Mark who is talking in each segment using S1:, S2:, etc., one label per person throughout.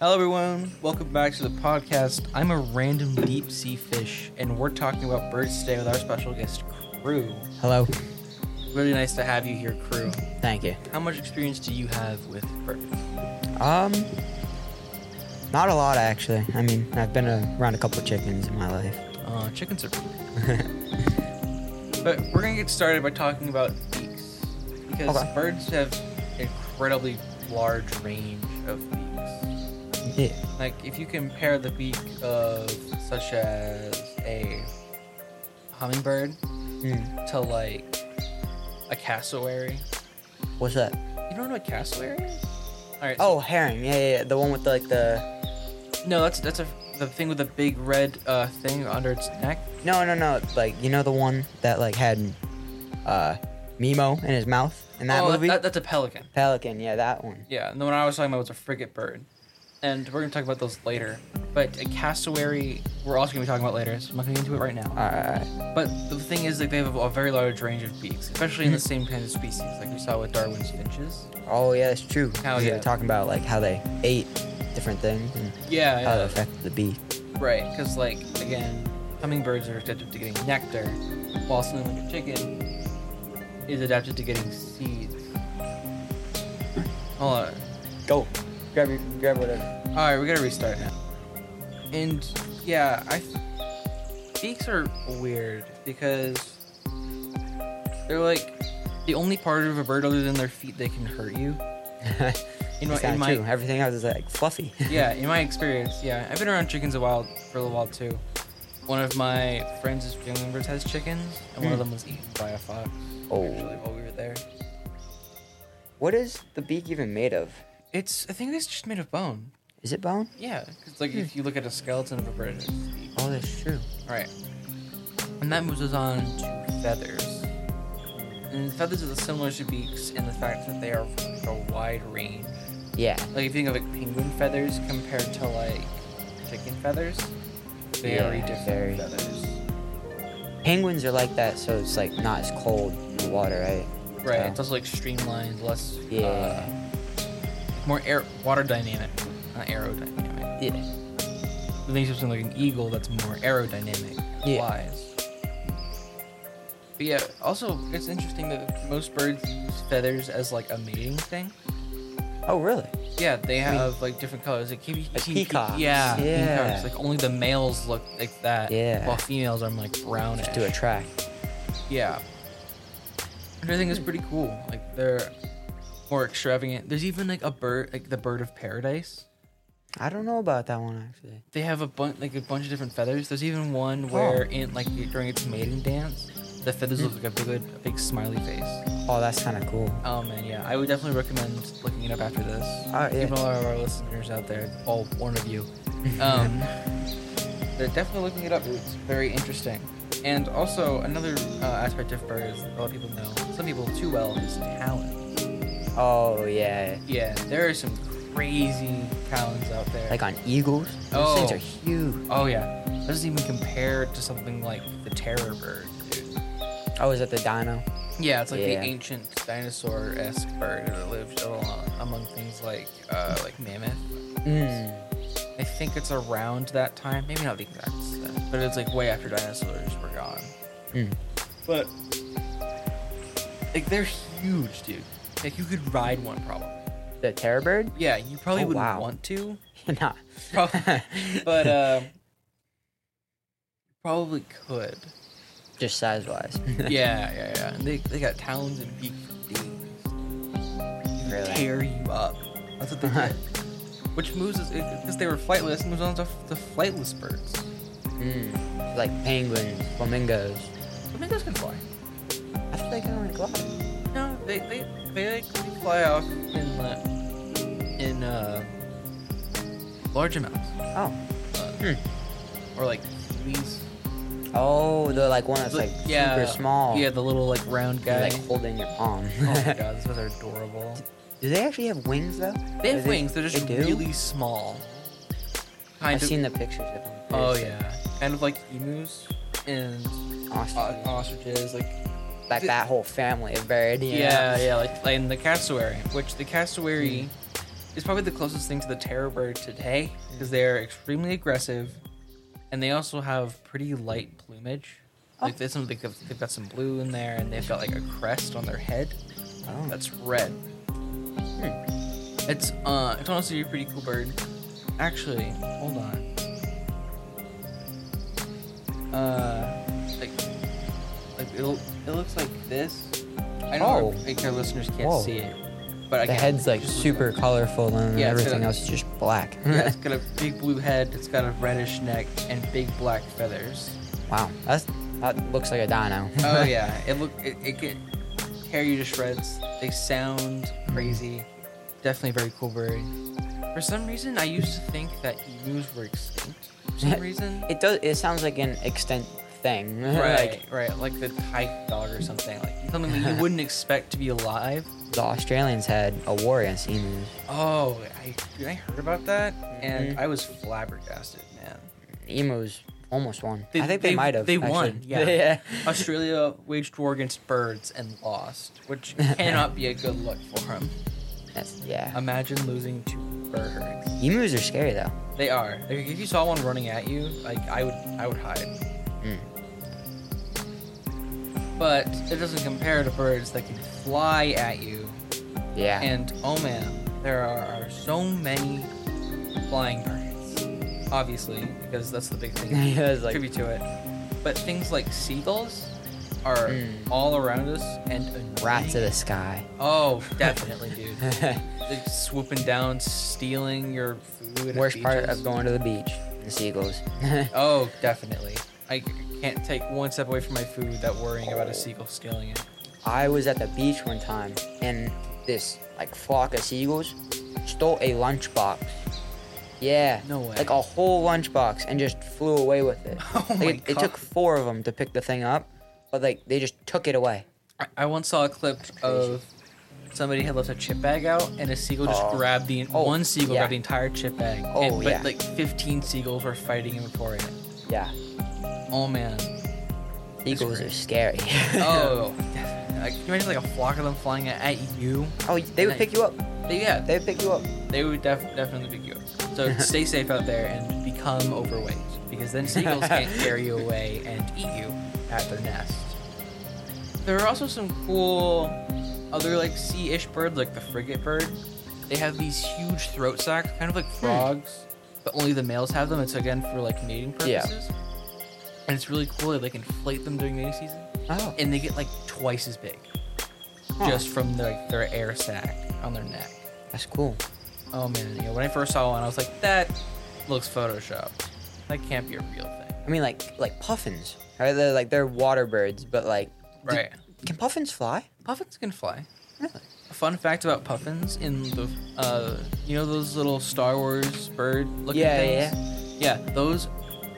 S1: Hello, everyone. Welcome back to the podcast. I'm a random deep sea fish, and we're talking about birds today with our special guest, Crew.
S2: Hello.
S1: Really nice to have you here, Crew.
S2: Thank you.
S1: How much experience do you have with birds?
S2: Um, not a lot actually. I mean, I've been around a couple of chickens in my life.
S1: Uh, chickens are. but we're gonna get started by talking about beaks because
S2: Okay.
S1: birds have incredibly large range of beaks.
S2: Yeah.
S1: Like if you compare the beak of such as a hummingbird
S2: Mm.
S1: to like a cassowary.
S2: What's that?
S1: You don't know what cassowary is? All right.
S2: Oh, herring. Yeah, yeah, yeah. The one with the, like the.
S1: so- no, that's that's a the thing with the big red uh, thing under its neck.
S2: No, no, no. Like you know the one that like had, uh, Mimo in his mouth in that
S1: oh,
S2: movie.
S1: That, that's a pelican.
S2: Pelican. Yeah, that one.
S1: Yeah, and the one I was talking about was a frigate bird. And we're going to talk about those later. But a cassowary, we're also going to be talking about later, so I'm not going to get into it right now.
S2: All right.
S1: But the thing is, like, they have a very large range of beaks, especially in the same kinds of species, like we saw with Darwin's finches.
S2: Oh yeah, that's true.
S1: Hell
S2: You were
S1: yeah.
S2: talking about like how they ate different things and
S1: Yeah,
S2: how they affected the beak.
S1: right. Because, like, again, hummingbirds are adapted to getting nectar, while something like a chicken is adapted to getting seeds. Hold on.
S2: Go. Grab your, grab whatever.
S1: All right, we gotta restart now. And yeah, I beaks are weird because they're like the only part of a bird other than their feet that can hurt you. In my,
S2: It's
S1: in
S2: not
S1: my
S2: true. Everything else is like fluffy.
S1: yeah, in my experience, yeah, I've been around chickens a while for a little while too. One of my friends' family members has chickens, and one of
S2: Mm.
S1: them was eaten by a fox.
S2: Oh.
S1: actually, while we were there,
S2: What is the beak even made of?
S1: it's I think it's just made of bone.
S2: Is it bone?
S1: Yeah, 'cause, like
S2: Hmm.
S1: if you look at a skeleton of a bird, it's
S2: Oh, that's true.
S1: Right. And that moves us on to feathers. And feathers are similar to beaks in the fact that they are a wide range.
S2: Yeah.
S1: Like if you think of like penguin feathers compared to like chicken feathers, very
S2: Yeah,
S1: different
S2: very.
S1: feathers.
S2: Penguins are like that, so it's like not as cold in the water, right?
S1: Right.
S2: Yeah.
S1: It's also like streamlined, less uh,
S2: Yeah.
S1: more air water dynamic, not aerodynamic.
S2: Yeah.
S1: It makes you something like an eagle that's more aerodynamic and
S2: Yeah.
S1: wise. But yeah, also it's interesting that most birds use feathers as like a mating thing.
S2: Oh, really?
S1: Yeah, they
S2: I mean-
S1: have like different colors. Like, you,
S2: Like
S1: see pe-
S2: peacocks.
S1: Yeah,
S2: Yeah.
S1: peacocks. Like only the males look like that.
S2: Yeah.
S1: While females are like brownish.
S2: Just to attract.
S1: Yeah. And I think it's pretty cool. Like they're more extravagant. There's even like a bird, like the bird of paradise.
S2: I don't know about that one actually.
S1: they have a bunch like a bunch of different feathers. There's even one where
S2: Oh.
S1: in like during its mating dance, the feathers look like a big a big smiley face.
S2: Oh, that's kind of cool.
S1: Oh man, yeah, I would definitely recommend looking it up after this.
S2: All right, Ah, yeah.
S1: Even all of our listeners out there, all one of you, um, they're definitely looking it up. It's very interesting. And also another uh, aspect of birds that a lot of people know, some people too well, is talons.
S2: Oh yeah.
S1: Yeah, there are some crazy talons out there.
S2: Like on eagles. Those things
S1: Oh.
S2: are huge.
S1: Oh yeah, that doesn't even compare to something like the terror bird, dude.
S2: Oh, is that the dino?
S1: Yeah, it's like
S2: Yeah.
S1: the ancient dinosaur-esque bird that lived along, among things like uh, like mammoth.
S2: Mm.
S1: I think it's around that time, maybe not the exact, time, but it's like way after dinosaurs were gone.
S2: Mm.
S1: But like they're huge, dude. Like you could ride one probably.
S2: The terror bird?
S1: Yeah, you probably
S2: Oh,
S1: wouldn't
S2: wow.
S1: want to,
S2: nah.
S1: Probably, but uh, probably could.
S2: Just size wise.
S1: yeah, yeah, yeah. And they, they got talons and beak for days. They
S2: Really?
S1: Tear you up. That's what they did. Which moves us, because they were flightless, moves on to f- the flightless birds.
S2: mm. Like penguins, flamingos.
S1: Flamingos can fly.
S2: I feel like I don't like fly.
S1: No, they they, they like they fly off in la- in uh, large amounts,
S2: Oh.
S1: or like these.
S2: Oh, the like one that's like
S1: yeah,
S2: super small.
S1: Yeah, the little like round
S2: You're,
S1: guy.
S2: Like holding your palm.
S1: oh my god, those guys are adorable.
S2: Do they actually have wings though?
S1: They
S2: Or
S1: have wings. They're just
S2: they do?
S1: really small. Kind
S2: I've
S1: of
S2: seen the pictures of them. They're
S1: Oh
S2: just, like,
S1: yeah, Uh, kind of like emus and o-
S2: ostriches.
S1: ostriches, like
S2: like that whole family of bird. you know?
S1: yeah, yeah, like, like and the cassowary, which the cassowary is probably the closest thing to the terror bird today because they are extremely aggressive, and they also have pretty light plumage. Like there's some, they've got- they've got some blue in there, and they've got like a crest on their head
S2: Oh.
S1: that's red. Hmm. It's uh, it's honestly a pretty cool bird. Actually, hold on. Uh, like, like it, it looks like this. I know our,
S2: Oh.
S1: like, our listeners can't
S2: Whoa.
S1: see it, but I
S2: the
S1: can
S2: head's like
S1: just look
S2: super
S1: at it.
S2: colorful and
S1: Yeah, it's
S2: everything
S1: got a-
S2: else is just black.
S1: yeah, it's got a big blue head. It's got a reddish neck and big black feathers.
S2: wow, that's that looks like a dino.
S1: Oh yeah, it look it, it can tear you to shreds. They sound crazy. Definitely a very cool bird. For some reason, I used to think that emus were extinct. For some reason,
S2: it does. It sounds like an extent thing.
S1: right,
S2: like
S1: right, like the tyke dog or something, like something that you wouldn't expect to be alive.
S2: the Australians had a war against emus.
S1: Oh, I dude, I heard about that, and
S2: Mhm.
S1: I was flabbergasted, man.
S2: Emus almost won.
S1: They-
S2: I think they,
S1: they-
S2: might have.
S1: they
S2: actually.
S1: won, yeah.
S2: yeah.
S1: Australia waged war against birds and lost, which cannot be a good look for them.
S2: That's, yeah.
S1: Imagine losing to birds.
S2: Emus are scary though.
S1: They are. Like, if you saw one running at you, like I would, I would hide.
S2: Mm.
S1: But it doesn't compare to birds that can fly at you.
S2: Yeah.
S1: And oh man, there are, are so many flying birds. Obviously, because that's the big thing.
S2: Yeah,
S1: that
S2: it's like-
S1: contribute to it. But things like seagulls are
S2: Mm.
S1: all around us and annoying.
S2: Rats of the sky.
S1: Oh, definitely, dude. They're swooping down, stealing your food. at
S2: Worst part
S1: beaches.
S2: of going to the beach. The seagulls.
S1: Oh, definitely. I c- can't take one step away from my food without worrying about a seagull stealing it.
S2: I was at the beach one time and this like flock of seagulls stole a lunchbox. Yeah.
S1: No way.
S2: Like a whole lunchbox and just flew away with it.
S1: Oh
S2: Like,
S1: my
S2: it, it took
S1: God.
S2: four of them to pick the thing up, but like they just took it away.
S1: I, I once saw a clip of somebody had left a chip bag out, and a seagull just
S2: Oh.
S1: grabbed the
S2: Oh,
S1: one seagull
S2: yeah.
S1: grabbed the entire chip bag.
S2: Oh,
S1: and, but
S2: yeah.
S1: like 15 seagulls were fighting him for it.
S2: Yeah.
S1: Oh man.
S2: Seagulls
S1: great.
S2: are scary.
S1: Oh. definitely. like, can you imagine like a flock of them flying at, at you?
S2: oh, they would pick you up.
S1: They, yeah,
S2: They would pick you up.
S1: they would def- definitely pick you up. So stay safe out there and become overweight, because then seagulls can't carry you away and eat you at their nest. There are also some cool other like sea-ish birds, like the frigate bird. They have these huge throat sacs, kind of like
S2: Hmm.
S1: frogs, but only the males have them. It's again for like mating
S2: Yeah.
S1: purposes. And it's really cool. They like inflate them during mating season,
S2: Oh.
S1: and they get like twice as big,
S2: Huh.
S1: just from their, like, their air sac on their neck.
S2: That's cool.
S1: Oh man, yeah, when I first saw one, I was like, that looks photoshopped. That can't be a real thing.
S2: I mean, like like puffins, right? They're like they're water birds, but like, do-
S1: Right.
S2: can puffins fly?
S1: Puffins can fly.
S2: Really?
S1: A fun fact about puffins in the, uh, you know those little Star Wars bird looking
S2: Yeah,
S1: things? Yeah, yeah. Those,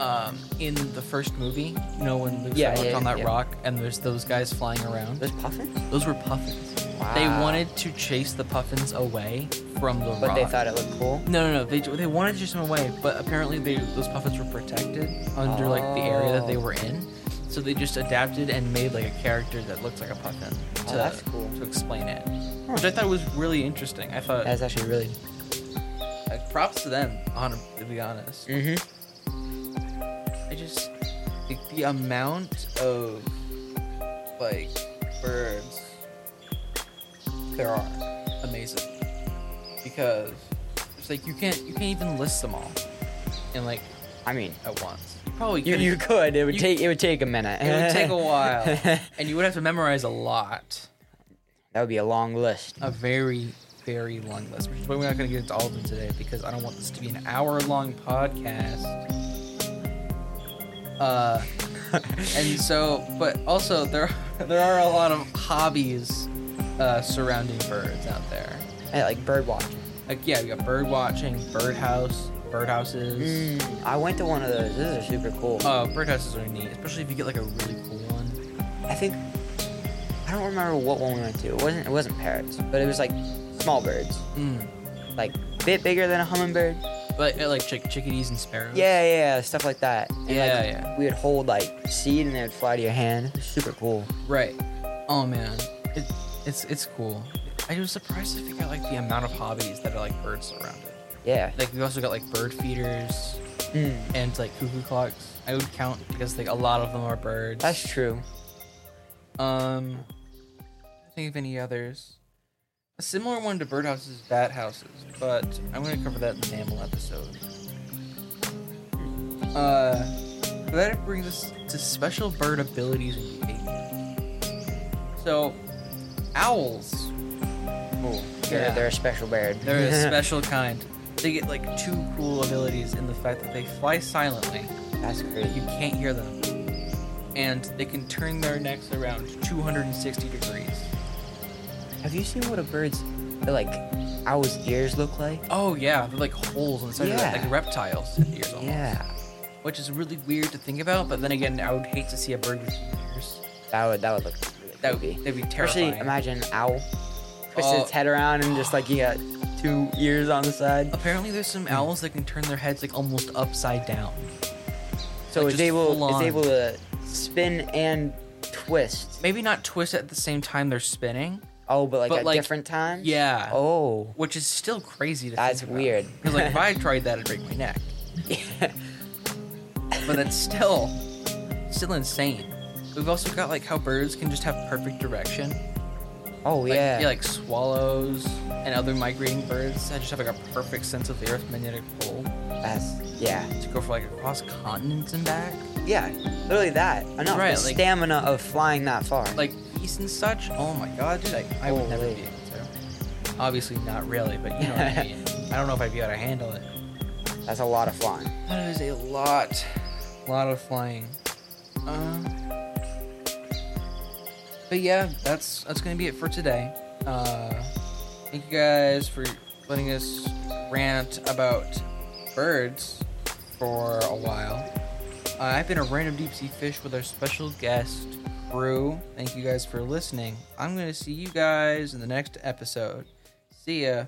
S1: um, in the first movie, you know when Luke's
S2: Yeah,
S1: yeah,
S2: yeah,
S1: on that
S2: yeah.
S1: rock and there's those guys flying around?
S2: Those puffins?
S1: Those were puffins. They
S2: Wow.
S1: wanted to chase the puffins away from the
S2: But
S1: rock.
S2: they thought it looked cool.
S1: No, no, no. They, they wanted to chase them away, but apparently they those puffins were protected under like the area that they
S2: Oh.
S1: were in. So they just adapted and made like a character that looks like a puffin to,
S2: Oh, that's cool.
S1: to explain it, which I thought was really interesting. I thought
S2: That's actually really.
S1: uh, props to them, on to be honest.
S2: Mm-hmm.
S1: I just like, the amount of like birds there are amazing because it's like you can't you can't even list them all and like
S2: I mean,
S1: at once. You probably
S2: you,
S1: could.
S2: you could. It would
S1: You-
S2: take it would take a minute.
S1: it would take a while, and you would have to memorize a lot,
S2: that would be a long list.
S1: a very, very long list. Which is why we're not going to get into all of them today because I don't want this to be an hour-long podcast. Uh, and so, but also there there are a lot of hobbies uh, surrounding birds out there.
S2: Yeah, like bird watching.
S1: Like yeah, we got bird watching, birdhouse, birdhouses.
S2: Mm, I went to one of those. Those are super cool.
S1: Oh, birdhouses are neat, especially if you get like a really cool one.
S2: I think I don't remember what one we went to. It wasn't it wasn't parrots, but it was like small birds,
S1: Mm.
S2: like bit bigger than a hummingbird.
S1: But uh, like chick- chickadees and sparrows.
S2: Yeah, yeah, stuff like that. And, like,
S1: Yeah, yeah.
S2: We would hold like seed and they would fly to your hand. It was super cool.
S1: Right. Oh man, it, it's it's cool. I was surprised to figure out like the amount of hobbies that are like bird surrounded.
S2: Yeah.
S1: Like we also got like bird feeders
S2: Mm,
S1: and like cuckoo clocks. I would count because like a lot of them are birds.
S2: that's true.
S1: Um, I think of any others. A similar one to birdhouses is bat houses, but I'm going to cover that in the mammal episode. Uh, that brings us to special bird abilities and behavior. So, owls. Oh,
S2: They're, they're a special bird.
S1: they're a special kind. They get like two cool abilities in the fact that they fly silently
S2: that's
S1: you
S2: crazy.
S1: can't hear them. And they can turn their necks around 260 degrees.
S2: Have you seen what a bird's like owl's ears look like?
S1: Oh yeah, they're like holes inside of
S2: Yeah.
S1: it, like reptiles in the ears almost.
S2: Yeah.
S1: Which is really weird to think about, but then again, I would hate to see a bird with ears.
S2: That would that would look really
S1: That would
S2: creepy.
S1: that'd be terrifying.
S2: Especially imagine an owl twists
S1: Oh.
S2: its head around and just like you got two ears on the side.
S1: Apparently, there's
S2: Hmm.
S1: some owls that can turn their heads like almost upside down.
S2: So
S1: like,
S2: it's
S1: just full
S2: able it's
S1: on.
S2: able to spin and twist.
S1: Maybe not twist at the same time they're spinning.
S2: Oh, but like
S1: But,
S2: at
S1: like,
S2: different times.
S1: Yeah.
S2: Oh,
S1: Which is still crazy to
S2: that's
S1: think about.
S2: weird.
S1: Because like if I tried that, I'd break my neck. but that's still still insane. We've also got like how birds can just have perfect direction.
S2: oh
S1: Like,
S2: yeah.
S1: like swallows and other migrating birds that just have like a perfect sense of the Earth's magnetic pole
S2: That's yeah.
S1: to go for like across continents and back.
S2: Yeah. Literally that. Enough.
S1: Right,
S2: the
S1: like-
S2: stamina of flying that far.
S1: Like geese and such. Oh my god, dude! Like, I would never
S2: Holy.
S1: be able to. Obviously not really, but you know what I mean. I don't know if I'd be able to handle it.
S2: that's a lot of flying.
S1: That is a lot, lot of flying. Um, but yeah, that's that's gonna be it for today. Uh, thank you guys for letting us rant about birds for a while. Uh, I've been a random deep sea fish with our special guest crew. Thank you guys for listening. I'm gonna see you guys in the next episode. See ya.